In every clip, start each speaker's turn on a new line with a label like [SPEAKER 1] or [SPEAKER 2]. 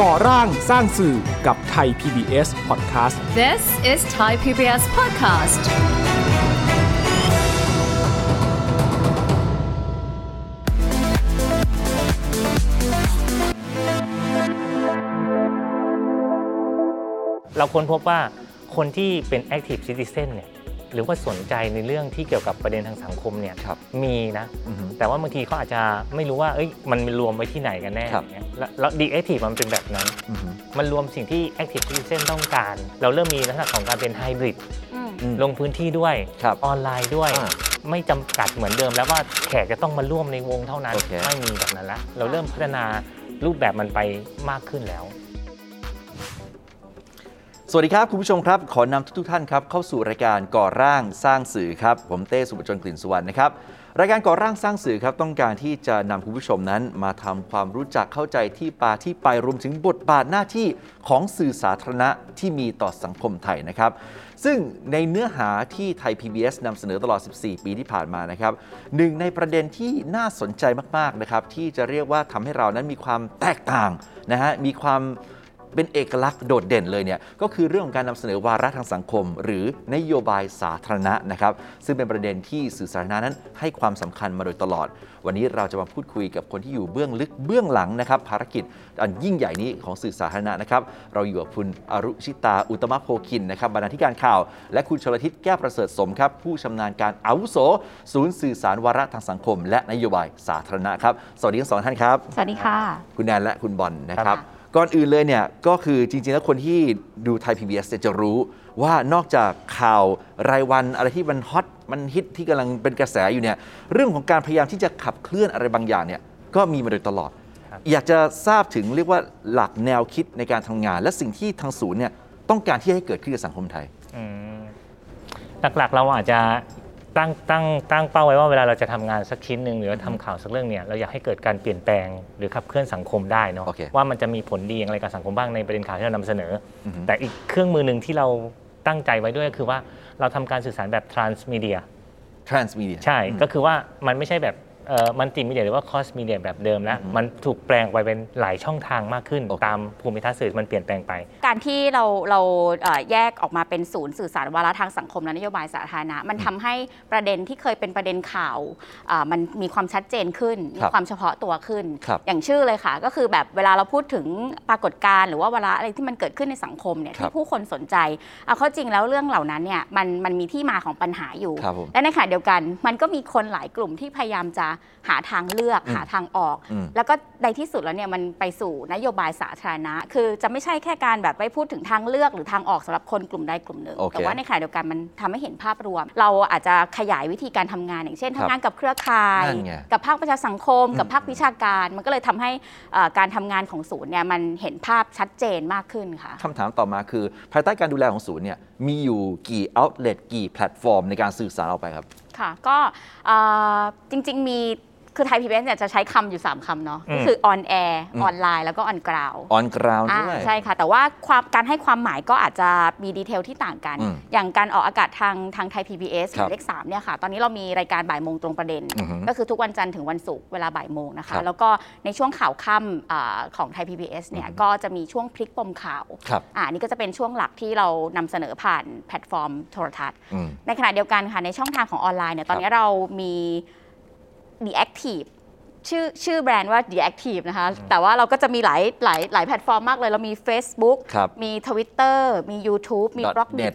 [SPEAKER 1] ก่อร่างสร้างสื่อกับไทย PBS Podcast
[SPEAKER 2] This is Thai PBS podcast.
[SPEAKER 3] เราค้นพบว่าคนที่เป็น active citizen เนี่ยหรือว่าสนใจในเรื่องที่เกี่ยวกับประเด็นทางสังคมเนี่ย
[SPEAKER 4] ครับ
[SPEAKER 3] มีนะ
[SPEAKER 4] อือฮึ
[SPEAKER 3] แต่ว่าบางทีเขาอาจจะไม่รู้ว่าเอ้ยมันรวมไว้ที่ไหนกันแน่
[SPEAKER 4] ครับ
[SPEAKER 3] อย่างเงี้ยแล้วแล้ว Deep Active มันเป็นแบบนั้น
[SPEAKER 4] อือฮึ
[SPEAKER 3] มันรวมสิ่งที่ Active Citizen ต้องการ เราเริ่มมีลักษณะของการเป็นไฮบริด
[SPEAKER 4] อืม
[SPEAKER 3] ลงพื้นที่ด้วย
[SPEAKER 4] ครับ
[SPEAKER 3] ออนไลน์ด้วย
[SPEAKER 4] อ่า
[SPEAKER 3] ไม่จำกัดเหมือนเดิม แล้วว่าแขกจะต้องมาร่วมในวงเท่านั้น
[SPEAKER 4] โอเค
[SPEAKER 3] ไม่มีแบบนั้นละเราเริ่มพัฒนารูปแบบมันไปมากขึ้นแล้ว
[SPEAKER 4] สวัสดีครับ คุณผู้ชมครับ ขอนำทุกทท่านครับเข้าสู่รายการก่อร่างสร้างสื่อครับ ผมเต้สุปจนกลิ่นสุวรรณนะครับรายการก่อร่างสร้างสื่อครับต้องการที่จะนำคุณผู้ชมนั้น มาทำความรู้จักเข้าใจที่ปาที่ไปรวมถึงบทบาทหน้าที่ของสื่อสาธารณะที่มีต่อสังคมไทยนะครับ ซึ่งในเนื้อหาที่ไทย PBS นำเสนอตลอด 14 ปีที่ผ่านมานะครับหนึ่งในประเด็นที่น่าสนใจมากๆนะครับที่จะเรียกว่าทำให้เรานั้นมีความแตกต่างนะฮะมีความ เป็นเอกลักษณ์โดดเด่นเลยเนี่ยก็คือเรื่องของการนำเสนอวาระทางสังคม หรือนโยบายสาธารณะนะครับ ซึ่งเป็นประเด็นที่สื่อสาธารณะนั้นให้ความสำคัญมาโดยตลอด วันนี้เราจะมาพูดคุยกับคนที่อยู่เบื้องลึกเบื้องหลังนะครับ ภารกิจอันยิ่งใหญ่นี้ของสื่อสาธารณะนะครับ เราอยู่กับคุณอรุชิตาอุตมะโพคินนะครับบรรณาธิการข่าว และคุณชลทิศแก้วประเสริฐสมครับ ผู้ชำนาญการอาวุโส ศูนย์สื่อสารวาระทางสังคม และนโยบายสาธารณะครับสวัสดีทั้งสองท่านครับ
[SPEAKER 5] สวัสดีค่ะ
[SPEAKER 4] คุณแนนและคุณบอลนะค
[SPEAKER 3] ครั
[SPEAKER 4] รับ
[SPEAKER 3] บ
[SPEAKER 4] ก่อนอื่นเลยเนี่ยก็คือจริง ๆ แล้วคนที่ดูไทย PBS เนี่ยจะรู้ว่านอกจากข่าวรายวันอะไรที่มันฮอตมันฮิตที่กำลังเป็นกระแสอยู่เนี่ยเรื่องของการพยายามที่จะขับเคลื่อนอะไรบางอย่างเนี่ยก็มีมาโดยตลอด อยากจะทราบถึงเรียกว่าหลักแนวคิดในการทำงาน และสิ่งที่ทางศูนย์เนี่ยต้องการที่ให้เกิดขึ้นกับสังคมไทย
[SPEAKER 3] อืมหลักๆเราอาจจะตั้งตั้งตั้งเป้าไว้ว่าเวลาเราจะทำงานสักชิ้นหนึ่งหรือว่าทำข่าวสักเรื่องเนี่ยเราอยากให้เกิดการเปลี่ยนแปลงหรือขับเคลื่อนสังคมได้เนาะ
[SPEAKER 4] โอเค
[SPEAKER 3] ว่ามันจะมีผลดีอย่างไรกับสังคมบ้างในประเด็นข่าวที่เรานำเสนออ
[SPEAKER 4] อฮึ
[SPEAKER 3] แต่อีกเครื่องมือหนึ่งที่เราตั้งใจไว้ด้วยก็คือว่าเราทำการสื่อสารแบบ transmedia
[SPEAKER 4] transmedia
[SPEAKER 3] ใช่ก็คือว่ามันไม่ใช่แบบมันติมีเดียหรือว่าคอสมีเดียแบบเดิมแล้วมันถูกแปลงไปเป็นหลายช่องทางมากขึ้น
[SPEAKER 4] โอเค
[SPEAKER 3] ตามภูมิทัศน์สื่อมันเปลี่ยนแปลงไป
[SPEAKER 5] การที่เราเราเอ่อแยกออกมาเป็นศูนย์สื่อสารวาระทางสังคมและนโยบายสาธารณะ มันทำให้ประเด็นที่เคยเป็นประเด็นข่าวอ่ามันมีความชัดเจนขึ้น
[SPEAKER 4] ครั
[SPEAKER 5] มี
[SPEAKER 4] บ
[SPEAKER 5] ความเฉพาะตัวขึ้น
[SPEAKER 4] ครับ
[SPEAKER 5] อย่างชื่อเลยค่ะ ก็คือแบบเวลาเราพูดถึงปรากฏการณ์หรือว่าวาระอะไรที่มันเกิดขึ้นในสังคมเนี่ย
[SPEAKER 4] ครับ
[SPEAKER 5] ที่ผู้คนสนใจเอาเข้าจริงแล้วเรื่องเหล่านั้นเนี่ยมันมันมีที่มาของปัญหาอยู่
[SPEAKER 4] ครับผม
[SPEAKER 5] และในขณะเดียวกัน มันก็มีคนหลายกลุ่มที่พยายามจะหาทางเลือก
[SPEAKER 4] อืม
[SPEAKER 5] หาทางออก
[SPEAKER 4] อืม
[SPEAKER 5] แล้วก็ในที่สุดแล้วเนี่ยมันไปสู่นโยบายสาธารณะ คือจะไม่ใช่แค่การแบบไปพูดถึงทางเลือกหรือทางออกสำหรับคนกลุ่มใดกลุ่มหนึ่ง
[SPEAKER 4] โอเค
[SPEAKER 5] แต่ว่าในขณะเดียวกันมันทำให้เห็นภาพรวม เราอาจจะขยายวิธีการทำงาน อย่างเช่น
[SPEAKER 4] ครั
[SPEAKER 5] ทำ
[SPEAKER 4] บ
[SPEAKER 5] งานกับเครือข่าย
[SPEAKER 4] นั่นไง
[SPEAKER 5] กับภาคประชาสังคม
[SPEAKER 4] อืม
[SPEAKER 5] กับภาควิชาการ มันก็เลยทำให้เอ่อการทำงานของศูนย์เนี่ยมันเห็นภาพชัดเจนมากขึ้นค่ะ
[SPEAKER 4] คำถามต่อมาคือ ภายใต้การดูแลของศูนย์เนี่ยมีอยู่กี่ outlet กี่แพลตฟอร์ม ในการสื่อสารออกไปครับ
[SPEAKER 5] ค่ะก็เอ่อจริง ๆ มีคือไทยพีบีเนี่ยจะใช้คำอยู่ 3คำเนาะ
[SPEAKER 3] อืม
[SPEAKER 5] ก็คือ on air
[SPEAKER 4] อืม
[SPEAKER 5] ออนไลน์แล้วก็ on ground
[SPEAKER 4] on ground
[SPEAKER 5] อ่า
[SPEAKER 4] ด้วย
[SPEAKER 5] ใช่ค่ะ แต่ว่าความการให้ความหมายก็อาจจะมีดีเทลที่ต่างกัน
[SPEAKER 4] อืม
[SPEAKER 5] อย่างการออกอากาศทางทางไทย PBS ห
[SPEAKER 4] ครั
[SPEAKER 5] มา
[SPEAKER 4] บ
[SPEAKER 5] ยเลขสามเนี่ยค่ะ ตอนนี้เรามีรายการบ่ายโมงตรงประเด็น
[SPEAKER 4] อือฮึ
[SPEAKER 5] ก็คือทุกวันจันทร์ถึงวันศุกร์เวลาบ่ายโมงนะ
[SPEAKER 4] ครั
[SPEAKER 5] คะ
[SPEAKER 4] บ
[SPEAKER 5] แล้วก็ในช่วงข่าวค่ำอ่าของไทย PBS เนี่ย
[SPEAKER 4] อือฮึ
[SPEAKER 5] ก็จะมีช่วงพลิกปมข่าว
[SPEAKER 4] ครับ
[SPEAKER 5] อ่าอันนี่ก็จะเป็นช่วงหลักที่เรานำเสนอผ่านแพลตฟอร์มโทรทัศน์
[SPEAKER 4] อืม
[SPEAKER 5] ในขณะเดียวกันค่ะ ในช่องทางของออนไลน์เนี่ยตอนนี้เรามี The Active ชื่อชื่อแบรนด์ว่า The Active นะคะ แต่ว่าเราก็จะมีหลายหลายหลายแพลตฟอร์มมากเลย เรามี Facebook
[SPEAKER 4] ครับ
[SPEAKER 5] มี Twitter มี YouTube มี b ล็อก
[SPEAKER 4] .net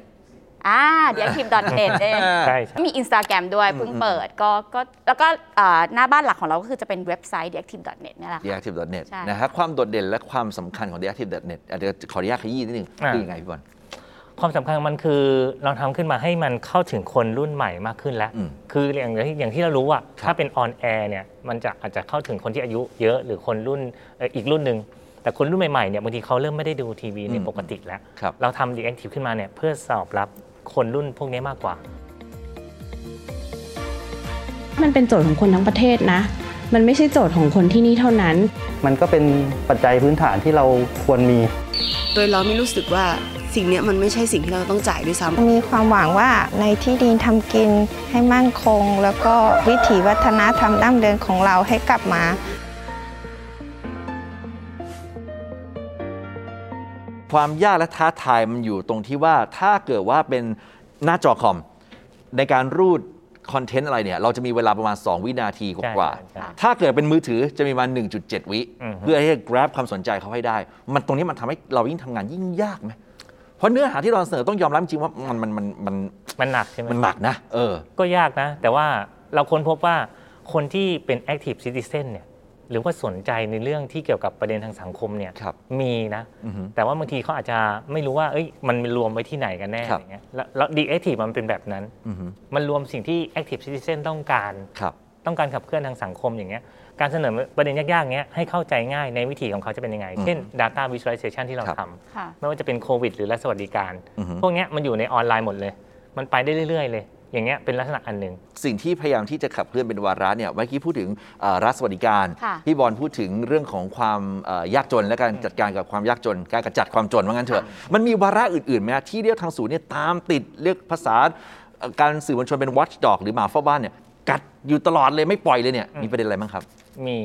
[SPEAKER 5] อ่า The Active .net เอง
[SPEAKER 3] ใช่ใช่
[SPEAKER 5] มี Instagram ด้วยเพิ่งเปิดก็ก็แล้วก็อ่าหน้าบ้านหลักของเราก็คือจะเป็นเว็บไซต์ The Active .net นี่แหละ
[SPEAKER 4] d e a c t i v e n e t
[SPEAKER 5] ใช่
[SPEAKER 4] นะฮะความโดดเด่นและความสำคัญของ d e a c t i v e n e t เดี๋ยวขออนุญาตขยี้นิดนึง
[SPEAKER 3] อ่า
[SPEAKER 4] คือยังไงพี่บอล
[SPEAKER 3] ความสำคัญของมันคือเราทำขึ้นมาให้มันเข้าถึงคนรุ่นใหม่มากขึ้นแล้ว
[SPEAKER 4] อืม
[SPEAKER 3] คืออย่างที่อย่างที่เรารู้อะถ้าเป็นออนแอร์เนี่ยมันจะอาจจะเข้าถึงคนที่อายุเยอะหรือคนรุ่นเอ่ออีกรุ่นหนึ่งแต่คนรุ่นใหม่ๆเนี่ยบางทีเขาเริ่มไม่ได้ดูทีวีใน
[SPEAKER 4] อืม
[SPEAKER 3] ปกติแล้ว
[SPEAKER 4] ครับ
[SPEAKER 3] เราทำดีแอคทีฟขึ้นมาเนี่ยเพื่อสอบรับคนรุ่นพวกนี้มากกว่า
[SPEAKER 6] มันเป็นโจทย์ของคนทั้งประเทศนะ มันไม่ใช่โจทย์ของคนที่นี่เท่านั้น
[SPEAKER 7] มันก็เป็นปัจจัยพื้นฐานที่เราควรมี
[SPEAKER 8] โดยเราไม่รู้สึกว่าสิ่งเนี้ยมันไม่ใช่สิ่งที่เราต้องจ่ายด้วยซ้ำ
[SPEAKER 9] มีความหวังว่าในที่ดินทำกินให้มั่นคง แล้วก็วิถีวัฒนธรรมดั้งเดิมของเราให้กลับมา
[SPEAKER 4] ความยากและท้าทายมันอยู่ตรงที่ว่าถ้าเกิดว่าเป็นหน้าจอคอม ในการรูดคอนเทนต์อะไรเนี่ย เราจะมีเวลาประมาณ 2 วินาทีกว่า
[SPEAKER 3] ใช่ใช่ใช่
[SPEAKER 4] ๆถ้าเกิดเป็นมือถือจะมีประมาณ 1.7 วิ
[SPEAKER 3] อือฮึ
[SPEAKER 4] เพื่อให้ grab ความสนใจเขาให้ได้ มันตรงนี้มันทำให้เรายิ่งทำงานยิ่งยากไหมเพราะเนื้อหาที่เราเสนอต้องยอมรับจริงๆว่ามันมันมันมัน
[SPEAKER 3] มันหนักใช่ไหม
[SPEAKER 4] มันหนักนะ เออ
[SPEAKER 3] ก็ยากนะ แต่ว่าเราค้นพบว่าคนที่เป็น active citizen เนี่ยหรือว่าสนใจในเรื่องที่เกี่ยวกับประเด็นทางสังคมเนี่ย
[SPEAKER 4] ครับ
[SPEAKER 3] มีนะ
[SPEAKER 4] อือฮึ
[SPEAKER 3] แต่ว่าบางทีเขาอาจจะไม่รู้ว่าเอ้ยมันรวมไว้ที่ไหนกันแน่
[SPEAKER 4] ครั
[SPEAKER 3] อะ
[SPEAKER 4] บ
[SPEAKER 3] ไรเงี้ยแล้วแล้ว deactive มันเป็นแบบนั้น
[SPEAKER 4] อือฮึ
[SPEAKER 3] มันรวมสิ่งที่ active citizen ต้องการ
[SPEAKER 4] ครับ
[SPEAKER 3] ต้องการขับเคลื่อนทางสังคมอย่างเงี้ยการเสนอประเด็นยากๆเงี้ยให้เข้าใจง่ายในวิธีของเขาจะเป็นยังไง เช่น data visualization ที่เรา
[SPEAKER 4] ครับ
[SPEAKER 3] ทำ
[SPEAKER 5] ค่ะ
[SPEAKER 3] ไม่ว่าจะเป็นโควิดหรือรัฐสวัสดิการ
[SPEAKER 4] อือฮึ
[SPEAKER 3] พวกเนี้ยมันอยู่ในออนไลน์หมดเลย มันไปได้เรื่อยๆ เลย อย่างเงี้ยเป็นลักษณะอันหนึ่ง
[SPEAKER 4] สิ่งที่พยายามที่จะขับเคลื่อนเป็นวาระเนี่ยเมื่อกี้พูดถึงเอ่อรัฐสวัสดิการ
[SPEAKER 5] ค่ะ
[SPEAKER 4] พี่บอลพูดถึงเรื่องของความเอ่อยากจนและการจัดการกับความยากจน การกระจัดความจนว่างั้นเถอะ มันมีวาระอื่นๆไหมฮะที่เรียกทางศูนย์เนี่ยตามติดเรียกภาษาเอ่อการสื่อมวลชนเป็น watchdog หรือหมาเฝ้าบ้านเนี่ยกัดอยู่ตลอดเลยไม่ปล่อยเลยเนี่ยมีประเด็นอะไรบ้างครับ
[SPEAKER 3] มี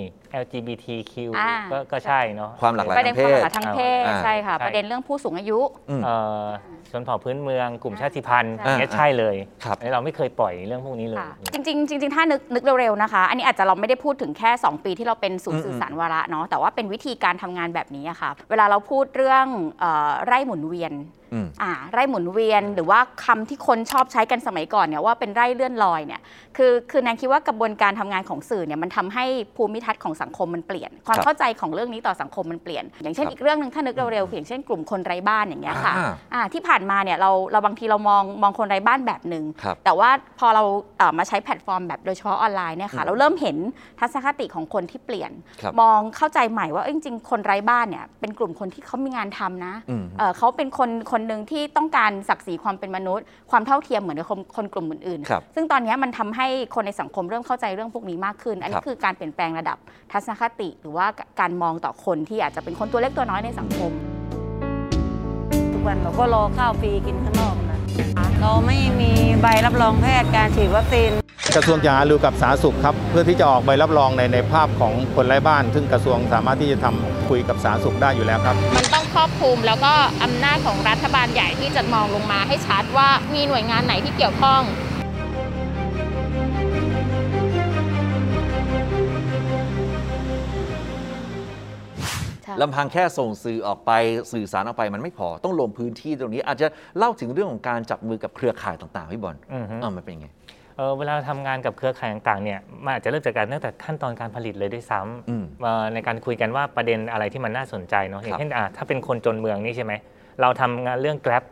[SPEAKER 3] LGBTQ
[SPEAKER 5] อ่า
[SPEAKER 3] ก็ก็ใช่เนาะ
[SPEAKER 4] ความหลากหลาย
[SPEAKER 5] ประเด็นความหลากหลาย
[SPEAKER 4] ทา
[SPEAKER 5] ทาง ง
[SPEAKER 4] เพ
[SPEAKER 5] เพ
[SPEAKER 4] ศ
[SPEAKER 5] ศ
[SPEAKER 4] อ่า
[SPEAKER 5] ใช่ค่ะ
[SPEAKER 3] ใช่
[SPEAKER 5] ประเด็นเรื่องผู้สูงอายุ
[SPEAKER 4] อืม
[SPEAKER 3] เอ่อชนเผ่าพื้นเมืองกลุ่มชาติพันธุ์
[SPEAKER 5] ใช่
[SPEAKER 3] อย่างเงี้ยใช่เลย
[SPEAKER 4] ครับ
[SPEAKER 3] อันนี้เราไม่เคยปล่อยเรื่องพวกนี้เลย
[SPEAKER 5] ค่ะจริงๆจริงๆ ถ้านึกนึกเร็วๆ นะคะ อันนี้อาจจะเราไม่ได้พูดถึงแค่ 2 ปีที่เราเป็นศูน
[SPEAKER 4] อื
[SPEAKER 5] ย์
[SPEAKER 4] ม
[SPEAKER 5] สื่อสารวาระเนาะแต่ว่าเป็นวิธีการทำงานแบบนี้อะค่ะ เวลาเราพูดเรื่องเออไร่หมุนเวียน
[SPEAKER 4] อืม
[SPEAKER 5] อ่าไร่หมุนเวียน หรือว่าคำที่คนชอบใช้กันสมัยก่อนเนี่ยว่าเป็นไร่เลื่อนลอยเนี่ยคือคือแนนคิดว่ากระบวนการทำงานของสื่อเนี่ยมันทำให้ภูมิทัศน์ของสังคมมันเปลี่ยน ความเข้าใจของเรื่องนี้ต่อสังคมมันเปลี่ยน อย่างเช่นอีกเรื่องหนึ่งถ้านึกเร็วๆคืออย่างเช่นกลุ่มคนไร้บ้านอย่างเงี้ยค่ะ
[SPEAKER 4] อ่า
[SPEAKER 5] อ่าที่ผ่านมาเนี่ยเราเราบางทีเรามองมองคนไร้บ้านแบบหนึ่ง
[SPEAKER 4] ครับ
[SPEAKER 5] แต่ว่าพอเราเอ่อมาใช้แพลตฟอร์มแบบโดยเฉพาะออนไลน์เนี่ย
[SPEAKER 4] อื
[SPEAKER 5] ค่ะ
[SPEAKER 4] ม
[SPEAKER 5] เราเริ่มเห็นทัศนคติของคนที่เปลี่ยน
[SPEAKER 4] ครับ
[SPEAKER 5] มองเข้าใจใหม่ว่าเอ้ยจริงๆ คนไร้บ้านเนี่ยเป็นกลุ่มคนที่เขามีงานทำนะ
[SPEAKER 4] อืม
[SPEAKER 5] เอ่อเขาเป็นคนคนหนึ่งที่ต้องการศักดิ์ศรีความเป็นมนุษย์ ความเท่าเทียมเหมือนกับคนคนกลุ่มอื่น
[SPEAKER 4] ครับ
[SPEAKER 5] ซึ่งตอนเนี้ยมันทำให้คนในสังคมเริ่มเข้าใจเรื่องพวกนี้มากขึ้น อัน
[SPEAKER 4] ครั
[SPEAKER 5] นี้
[SPEAKER 4] บ
[SPEAKER 5] คือการเปลี่ยนแปลงระดับทัศนคติ หรือว่าการมองต่อคนที่อาจจะเป็นคนตัวเล็กตัวน้อยในสังคม
[SPEAKER 10] ทุกวันเราก็รอข้าวฟรีกินข้างนอกนะเราไม่มีใบรับรองแพทย์การฉีดวัคซีน
[SPEAKER 7] กระทรวงการหารือกับสาธารณสุขครับ เพื่อที่จะออกใบรับรองในในภาพของคนไร้บ้าน ซึ่งกระทรวงสามารถที่จะทำคุยกับสาธารณสุขได้อยู่แล้วครับ
[SPEAKER 2] มันต้องครอบคลุมแล้วก็อำนาจของรัฐบาลใหญ่ที่จะมองลงมาให้ชัดว่ามีหน่วยงานไหนที่เกี่ยวข้อง
[SPEAKER 4] ลำพังแค่ส่งสื่อออกไปสื่อสารออกไปมันไม่พอต้องลงพื้นที่ตรงนี้ อาจจะเล่าถึงเรื่องของการจับมือกับเครือข่ายต่างๆพี่บอล
[SPEAKER 3] อือฮึ
[SPEAKER 4] เออมันเป็นยังไง
[SPEAKER 3] เอ่อเวลาทำงานกับเครือข่ายต่างๆเนี่ยมันอาจจะเริ่มจากการตั้งแต่ขั้นตอนการผลิตเลยด้วยซ้
[SPEAKER 4] อืม
[SPEAKER 3] ำเอ่อในการคุยกันว่าประเด็นอะไรที่มันน่าสนใจเนาะอย่า
[SPEAKER 4] ครับ
[SPEAKER 3] งเช่นอ่ะถ้าเป็นคนจนเมืองนี่ใช่ไหมเราทำงานเรื่อง Grab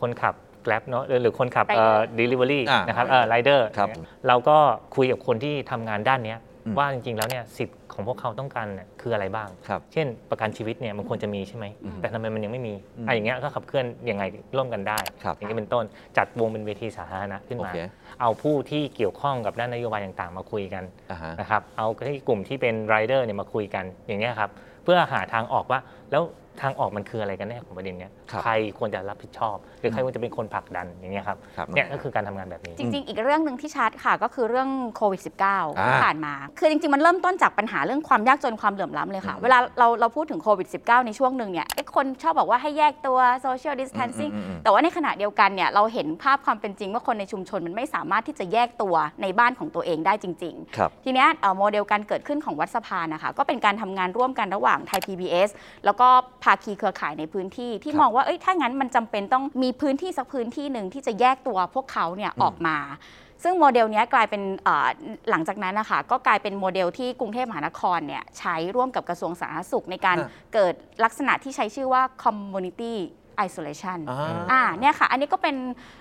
[SPEAKER 3] คนขับ Grab เนาะหรือหรือคนขับเอ่อ delivery
[SPEAKER 4] อ่า
[SPEAKER 3] นะครับเอ่อ rider
[SPEAKER 4] ครับ
[SPEAKER 3] เนี่ยเราก็คุยกับคนที่ทำงานด้านเนี้ย
[SPEAKER 4] อืม
[SPEAKER 3] ว่าจริงๆแล้วเนี่ยสิทธิ์ของพวกเขาต้องการเนี่ยคืออะไรบ้าง
[SPEAKER 4] ครับ
[SPEAKER 3] เช่น ประกันชีวิตเนี่ยมันควรจะมีใช่ไหม
[SPEAKER 4] อืม
[SPEAKER 3] แต่ทำไมมันยังไม่มี
[SPEAKER 4] อืม
[SPEAKER 3] อ่ะอย่างเงี้ยก็ขับเคลื่อนยังไงร่วมกันได้
[SPEAKER 4] ครับ
[SPEAKER 3] อย่างนี้เป็นต้นจัดวงเป็นเวทีสาธารณะขึ้นมา
[SPEAKER 4] โอเค
[SPEAKER 3] เอาผู้ที่เกี่ยวข้องกับด้านนโยบายต่างๆ มาคุยกัน
[SPEAKER 4] อ่าฮะ
[SPEAKER 3] นะครับเอาที่กลุ่มที่เป็นรายเดอร์เนี่ยมาคุยกันอย่างเงี้ยครับเพื่อหาทางออกว่าแล้วทางออกมันคืออะไรกันแน่ของประเด็นเนี้ย
[SPEAKER 4] ครับ
[SPEAKER 3] ใครควรจะรับผิดชอบ หรือใครควรจะเป็นคนผลักดันอย่างเงี้ยครับ
[SPEAKER 4] ครับ
[SPEAKER 3] เนี่ยก็คือการทำงานแบบนี้
[SPEAKER 5] จริง ๆ อีกเรื่องหนึ่งที่ชัดค่ะก็คือเรื่องโควิด -19
[SPEAKER 4] อ่า
[SPEAKER 5] ที่ผ่านมา คือจริง ๆ มันเริ่มต้นจากปัญหาเรื่องความยากจนความเหลื่อมล้ำเลยค่ะ
[SPEAKER 4] อืม
[SPEAKER 5] เวลาเราเราพูดถึงโควิด -19 ในช่วงหนึ่งเนี่ยไอ้คนชอบบอกว่าให้แยกตัว social distancing
[SPEAKER 4] อืมอืมอืม
[SPEAKER 5] แต่ว่าในขณะเดียวกันเนี่ยเราเห็นภาพความเป็นจริงว่าคนในชุมชนมันไม่สามารถที่จะแยกตัวในบ้านของตัวเองได้จริง ๆ
[SPEAKER 4] ครับ
[SPEAKER 5] ทีเนี้ยเอ่อโมเดลการเกิดขึ้นของวัดสะพานนะคะก็เป็นการทำงานร่วมกันระหว่างไทย PBS แล้วก็ภาคีเครือข่ายในพื้นที่ที่
[SPEAKER 4] ครับ
[SPEAKER 5] มองว่าเอ้ยถ้างั้นมันจำเป็นต้องมีพื้นที่สักพื้นที่หนึ่งที่จะแยกตัวพวกเขาเนี่ยออกมา ซึ่งโมเดลเนี้ยกลายเป็นเอ่อหลังจากนั้นนะคะก็กลายเป็นโมเดลที่กรุงเทพมหานครเนี่ยใช้ร่วมกับกระทรวงสาธารณสุขในการ
[SPEAKER 4] อ่ะ
[SPEAKER 5] เกิดลักษณะที่ใช้ชื่อว่า community isolation
[SPEAKER 4] อ่า
[SPEAKER 5] อ่าเนี่ยค่ะ อันนี้ก็เป็น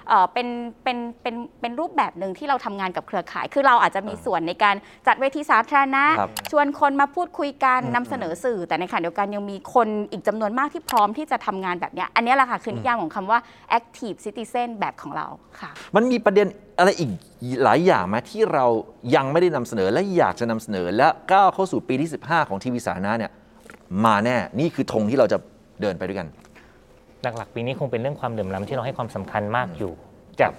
[SPEAKER 5] เอ่อเป็นเป็นเป็นเป็นรูปแบบหนึ่งที่เราทำงานกับเครือข่าย คือเราอาจจะมีส่วนในการจัดเวทีสาธารณะ
[SPEAKER 4] ครับ
[SPEAKER 5] ชวนคนมาพูดคุยกัน
[SPEAKER 4] อืม
[SPEAKER 5] นำเสนอสื่อ แต่ในขณะเดียวกันยังมีคนอีกจำนวนมากที่พร้อมที่จะทำงานแบบเนี้ยอันเนี้ยแหละค่ะคือนิยามของคำว่า active citizen แบบของเราค่ะ
[SPEAKER 4] มันมีประเด็นอะไรอีกหลายอย่างไหมที่เรายังไม่ได้นำเสนอและอยากจะนำเสนอและก้าวเข้าสู่ปีที่ 15 ของทีวีสาธารณะเนี่ยมาแน่นี่คือธงที่เราจะเดินไปด้วยกัน
[SPEAKER 3] หลักๆปีนี้คงเป็นเรื่องความเหลื่อมล้ำที่เราให้ความสำคัญมากอยู่จาก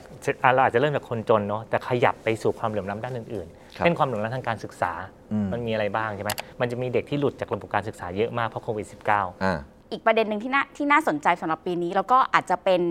[SPEAKER 3] อ่ะเราอาจจะเริ่มจากคนจนเนาะแต่ขยับไปสู่ความเหลื่อมล้ำด้านอื่นๆ
[SPEAKER 4] ครับ
[SPEAKER 3] เช่นความเหลื่อมล้ำทางการศึกษา
[SPEAKER 4] อืม
[SPEAKER 3] มันมีอะไรบ้างใช่ไหมมันจะมีเด็กที่หลุดจากระบบการศึกษาเยอะมากเพราะโควิด -19
[SPEAKER 4] อ่า
[SPEAKER 5] อีกประเด็นหนึ่งที่น่าที่น่าสนใจสำหรับปีนี้ แล้วก็อาจจะเป็น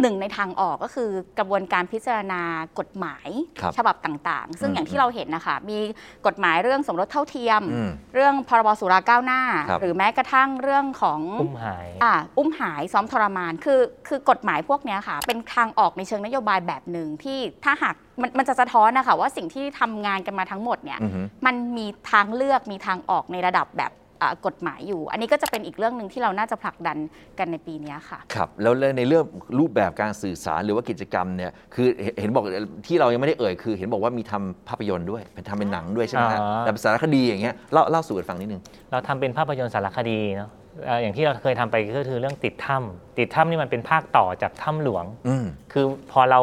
[SPEAKER 5] หนึ่งในทางออกก็คือกระบวนการพิจารณากฎหมาย
[SPEAKER 4] ครับ
[SPEAKER 5] ฉบับต่างๆ ซึ่ง
[SPEAKER 4] อืม
[SPEAKER 5] อย่างที่เราเห็นนะคะ มีกฎหมายเรื่องสมรสเท่าเทียม
[SPEAKER 4] อืม
[SPEAKER 5] เรื่องพรบสุราก้าวหน้า
[SPEAKER 4] ครับ
[SPEAKER 5] หรือแม้กระทั่งเรื่องของ
[SPEAKER 3] อุ้มหาย
[SPEAKER 5] อ่าอุ้มหายซ้อมทรมานคือคือกฎหมายพวกเนี้ยค่ะ เป็นทางออกในเชิงนโยบายแบบหนึ่งที่ถ้าหากมันมันจะสะท้อนนะคะว่าสิ่งที่ทำงานกันมาทั้งหมดเนี่ย
[SPEAKER 4] อือฮึ
[SPEAKER 5] มันมีทางเลือกมีทางออกในระดับแบบอ่ากฎหมายอยู่ อันนี้ก็จะเป็นอีกเรื่องหนึ่งที่เราน่าจะผลักดันกันในปีเนี้ยค่ะ
[SPEAKER 4] ครับแล้วในเรื่องรูปแบบการสื่อสารหรือว่ากิจกรรมเนี่ยคือเห็นเห็นบอกที่เรายังไม่ได้เอ่ยคือ เห็นบอกว่ามีทำภาพยนตร์ด้วยเป็นทำเป็นหนังด้วยใช่ไหมฮะ
[SPEAKER 3] อ่า
[SPEAKER 4] แต่เป็นสารคดีอย่างเงี้ยเล่าเล่าสู่กันฟังนิดนึง
[SPEAKER 3] เราทำเป็นภาพยนตร์สารคดีเนาะเอ่ออย่างที่เราเคยทำไปก็คือเรื่องติดถ้ำติดถ้ำนี่มันเป็นภาคต่อจากถ้ำหลวง
[SPEAKER 4] อืม
[SPEAKER 3] คือพอเรา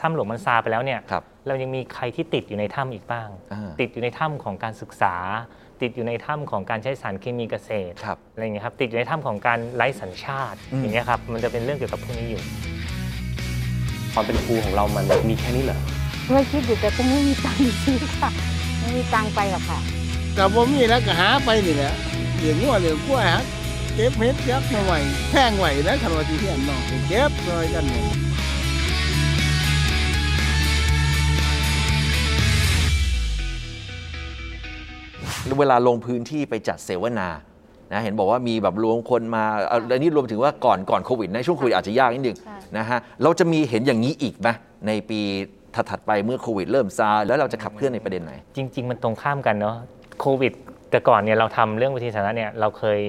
[SPEAKER 3] ถ้ำหลวงมันซาไปแล้วเนี่ย
[SPEAKER 4] ครับ
[SPEAKER 3] เรายังมีใครที่ติดอยู่ในถ้ำอีกบ้าง
[SPEAKER 4] อ่า
[SPEAKER 3] ติดอยู่ในถ้ำของการศึกษา ติดอยู่ในถ้ำของการใช้สารเคมีเกษตร
[SPEAKER 4] ครับ
[SPEAKER 3] อะไรอย่างเงี้ยครับติดอยู่ในถ้ำของการไร้สัญชาติ
[SPEAKER 4] อืม
[SPEAKER 3] อย่างเงี้ยครับมันจะเป็นเรื่องเกี่ยวกับพวกนี้อยู่
[SPEAKER 11] ความเป็นครูของเรามันมีแค่นี้เหรอ
[SPEAKER 10] ไม่คิดอยู่แต่ก็ไม่มีตังค์ซื้อค่ะ ไม่มีตังค์ไปหรอกค่ะ
[SPEAKER 12] กับผมนี่แล้วก็หาไปนี่แหละเหลืองวัวเหลืองกล้วยฮะเก็บเห็ดยักษ์มาไหวแพงไหวแล้วขันว่าที่เพียนน้องไปเก็บรอยกันเนี่ย
[SPEAKER 4] เวลาลงพื้นที่ไปจัดเสวนานะเห็นบอกว่ามีแบบรวมคนมาเอาอันนี้รวมถึงว่าก่อนก่อนโควิดนะช่วงโควิดอาจจะยากนิดนึง
[SPEAKER 5] ใช่
[SPEAKER 4] นะฮะเราจะมีเห็นอย่างนี้อีกไหมในปีถัดๆไปเมื่อโควิดเริ่มซาแล้วเราจะขับเคลื่อนในประเด็นไหน
[SPEAKER 3] จริง ๆ มันตรงข้ามกันเนาะโควิด แต่ก่อนเนี่ยเราทำเรื่องวิธีสาธารณะเนี่ยเราเคย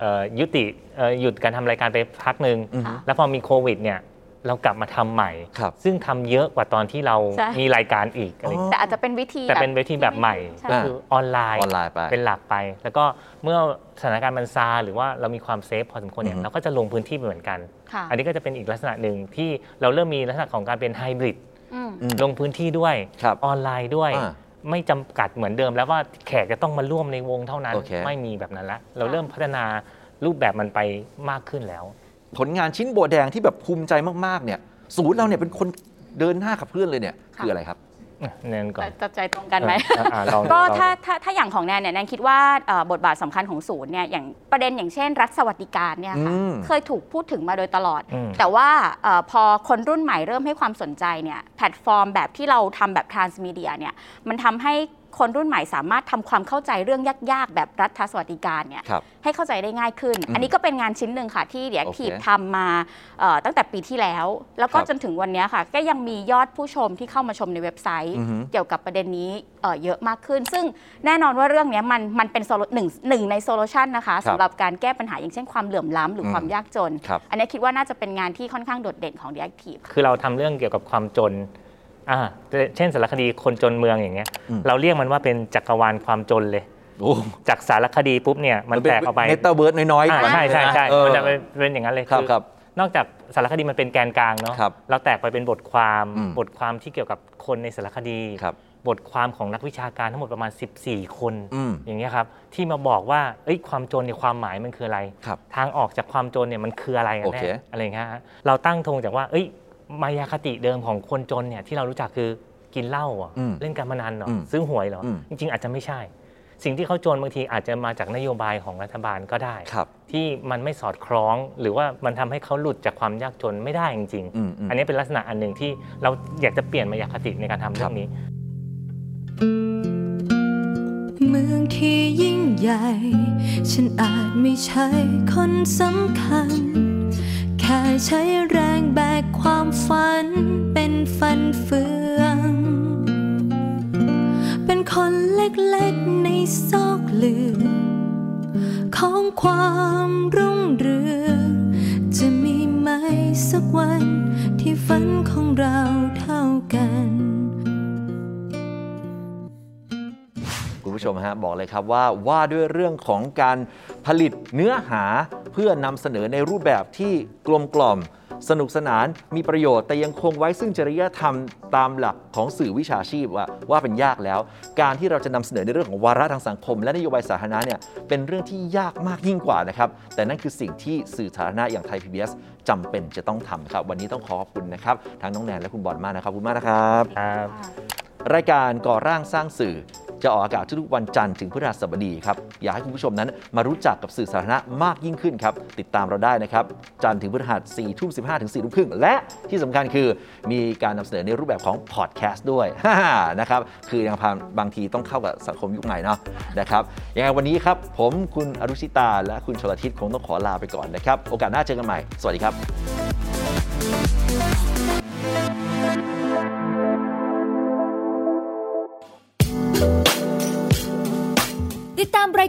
[SPEAKER 3] เอ่อยุติเอ่อหยุดการทำรายการไปพักหนึ่ง
[SPEAKER 4] อือฮึ
[SPEAKER 3] แล้วพอมีโควิดเนี่ยเรากลับมาทำใหม่
[SPEAKER 4] ครับ
[SPEAKER 3] ซึ่งทำเยอะกว่าตอนที่เรา
[SPEAKER 5] ใช่
[SPEAKER 3] มีรายการอีกอะไรอย่างเงี้ย
[SPEAKER 5] แต่อาจจะเป็นวิธี
[SPEAKER 3] แต่เป็น
[SPEAKER 5] บบ
[SPEAKER 3] เวทีแบบใหม่
[SPEAKER 5] ใช่
[SPEAKER 3] ก็คือออนไลน์
[SPEAKER 4] ออนไลน์ไป
[SPEAKER 3] เป็นหลักไป แล้วก็เมื่อสถานการณ์มันซาหรือว่าเรามีความเซฟพอสมควรเนี่
[SPEAKER 4] อื
[SPEAKER 3] ย
[SPEAKER 4] อฮึ
[SPEAKER 3] เราก็จะลงพื้นที่ไปเหมือนกัน
[SPEAKER 5] ค่ะ
[SPEAKER 3] อันนี้ก็จะเป็นอีกลักษณะหนึ่งที่เราเริ่มมีลักษณะของการเป็นไฮบริด
[SPEAKER 5] อืม
[SPEAKER 4] อืม
[SPEAKER 3] ลงพื้นที่ด้วย
[SPEAKER 4] ครับ
[SPEAKER 3] ออนไลน์ด้วย
[SPEAKER 4] อ่า
[SPEAKER 3] ไม่จำกัดเหมือนเดิมแล้วว่าแขกจะต้องมาร่วมในวงเท่านั้น
[SPEAKER 4] โอเค
[SPEAKER 3] ไม่มีแบบนั้นละเราเริ่มพัฒนารูปแบบมันไปมากขึ้นแล้ว
[SPEAKER 4] ผลงานชิ้นโบแดงที่แบบภูมิใจมากๆเนี่ยศูนย์เราเนี่ยเป็นคนเดินหน้าขับเคลื่อนเลยเนี่ย
[SPEAKER 5] ค่ะ
[SPEAKER 4] คืออะไรครับ
[SPEAKER 3] อ่ะเน้นก่อน
[SPEAKER 5] จะใจตรงกันไหม
[SPEAKER 3] อ่ะอ่ะลอง
[SPEAKER 5] ก็
[SPEAKER 3] ลอง
[SPEAKER 5] ถ้าถ้าถ้าอย่างของแนนเนี่ยแนนคิดว่าเอ่อบทบาทสำคัญของศูนย์เนี่ยอย่างประเด็นอย่างเช่น รัฐสวัสดิการเนี่ยค่ะ
[SPEAKER 4] อืม
[SPEAKER 5] เคยถูกพูดถึงมาโดยตลอด
[SPEAKER 3] อืม
[SPEAKER 5] แต่ว่าเออพอคนรุ่นใหม่เริ่มให้ความสนใจเนี่ยแพลตฟอร์มแบบที่เราทำแบบทรานส์มีเดียเนี่ยมันทำให้คนรุ่นใหม่สามารถทำความเข้าใจเรื่องยากๆ แบบรัฐสวัสดิการเนี่ย
[SPEAKER 4] ครับ
[SPEAKER 5] ให้เข้าใจได้ง่ายขึ้น
[SPEAKER 4] อืม
[SPEAKER 5] อันนี้ก็เป็นงานชิ้นหนึ่งค่ะที่เดีย
[SPEAKER 4] โอเค
[SPEAKER 5] ทีฟทำมาเอ่อตั้งแต่ปีที่แล้ว แล้วก็
[SPEAKER 4] ครับ
[SPEAKER 5] จนถึงวันเนี้ยค่ะก็ยังมียอดผู้ชมที่เข้ามาชมในเว็บไซต์
[SPEAKER 4] อือฮึ
[SPEAKER 5] เกี่ยวกับประเด็นนี้เอ่อเยอะมากขึ้น ซึ่งแน่นอนว่าเรื่องเนี้ยมันมันเป็น solu- หนึ่งหนึ่งในโซลูชันนะคะ
[SPEAKER 4] ครับ
[SPEAKER 5] สำหรับการแก้ปัญหาอย่างเช่นความเหลื่อมล้ำหรืออ
[SPEAKER 4] ม
[SPEAKER 5] ความยากจน
[SPEAKER 4] ครับ
[SPEAKER 5] อันเนี้ยคิดว่าน่าจะเป็นงานที่ค่อนข้างโดดเด่นของ The Active ค่ะ
[SPEAKER 3] คือเราทำเรื่องเกี่ยวกับความจน อ่า เช่นสารคดีคนจนเมืองอย่างเงี้ย
[SPEAKER 4] อืม
[SPEAKER 3] เราเรียกมันว่าเป็นจักรวาลความจนเลย
[SPEAKER 4] โอ้
[SPEAKER 3] จากสารคดีปุ๊บเนี่ยมันแตกออกไป
[SPEAKER 4] เนตเตอร์เบิร์ดน้อย
[SPEAKER 3] อ่า
[SPEAKER 4] ๆ
[SPEAKER 3] ใช่ใช่ใช่
[SPEAKER 4] เออ
[SPEAKER 3] มันจะเป็นเป็นอย่างนั้นเลย
[SPEAKER 4] ครับครับ
[SPEAKER 3] นอกจากสารคดีมันเป็นแกนกลางเนาะ
[SPEAKER 4] ครับ
[SPEAKER 3] เราแตกไปเป็นบทความ
[SPEAKER 4] อืม
[SPEAKER 3] บทความที่เกี่ยวกับคนในสารคดี
[SPEAKER 4] ครับ
[SPEAKER 3] บทความของนักวิชาการทั้งหมดประมาณ 14 คน
[SPEAKER 4] อืม
[SPEAKER 3] อย่างเงี้ยครับที่มาบอกว่าเอ้ยความจนเนี่ยความหมายมันคืออะไร
[SPEAKER 4] ครับ
[SPEAKER 3] ทางออกจากความจนเนี่ยมันคืออะไรกัน
[SPEAKER 4] โอ
[SPEAKER 3] แน่
[SPEAKER 4] เค
[SPEAKER 3] อะไรอย่างเงี้ยฮะเราตั้งธงจากว่า เอ้ย มายาคติเดิมของคนจนเนี่ยที่เรารู้จักคือกินเหล้าเหรอ
[SPEAKER 4] อืม
[SPEAKER 3] เล่นการพนันเหรอ
[SPEAKER 4] อืม
[SPEAKER 3] ซื้อหวยเหรออ
[SPEAKER 4] ม
[SPEAKER 3] จริง ๆ อาจจะไม่ใช่ สิ่งที่เขาจนบางทีอาจจะมาจากนโยบายของรัฐบาลก็ได้
[SPEAKER 4] ครับ
[SPEAKER 3] ที่มันไม่สอดคล้องหรือว่ามันทำให้เขาหลุดจากความยากจนไม่ได้จริง
[SPEAKER 4] อืมอื
[SPEAKER 3] ๆ
[SPEAKER 4] ม
[SPEAKER 3] อันนี้เป็นลักษณะอันหนึ่งที่เราอยากจะเปลี่ยนมายาคติในการทำเรื่องนี้
[SPEAKER 13] เมืองที่ยิ่งใหญ่ ฉันอาจไม่ใช่คนสำคัญ แค่ใช้แรงแบกความฝัน เป็นฟันเฟือง เป็นคนเล็กๆในซอกหลือ ของความรุ่งเรือง จะมีไหมสักวันที่ฝันของเราเท่ากัน
[SPEAKER 4] คุณผู้ชมฮะบอกเลยครับว่าว่าด้วยเรื่องของการผลิตเนื้อหาเพื่อนำเสนอในรูปแบบที่กลมกล่อม สนุกสนานมีประโยชน์แต่ยังคงไว้ซึ่งจริยธรรมตามหลักของสื่อวิชาชีพว่าว่าเป็นยากแล้ว การที่เราจะนำเสนอในเรื่องของวาระทางสังคม และนโยบายสาธารณะเนี่ยเป็นเรื่องที่ยากมากยิ่งกว่านะครับแต่นั่นคือสิ่งที่สื่อสาธารณะอย่างไทย PBS จำเป็นจะต้องทำครับวันนี้ต้องขอขอบคุณนะครับทั้งน้องแนนและคุณบอลมากนะครับขอบคุณมากนะครับ
[SPEAKER 3] ครับ
[SPEAKER 4] รายการก่อร่างสร้างสื่อ จะออกอากาศทุกๆวันจันทร์ถึงพฤหัสบดีครับ อยากให้คุณผู้ชมนั้นมารู้จักกับสื่อสาธารณะมากยิ่งขึ้นครับ ติดตามเราได้นะครับ จันทร์ถึงพฤหัส4ทุ่ม15ถึง4ทุ่มครึ่ง และที่สำคัญคือมีการนำเสนอในรูปแบบของพอดแคสต์ด้วย นะครับ คือยังพาบางทีต้องเข้ากับสังคมยุคใหม่เนาะนะครับ ยังไงวันนี้ครับ ผมคุณอรุชิตา และคุณชลทิศคงต้องขอลาไปก่อนนะครับ โอกาสหน้าเจอกันใหม่ สวัสดีครับ
[SPEAKER 13] ติดตามรา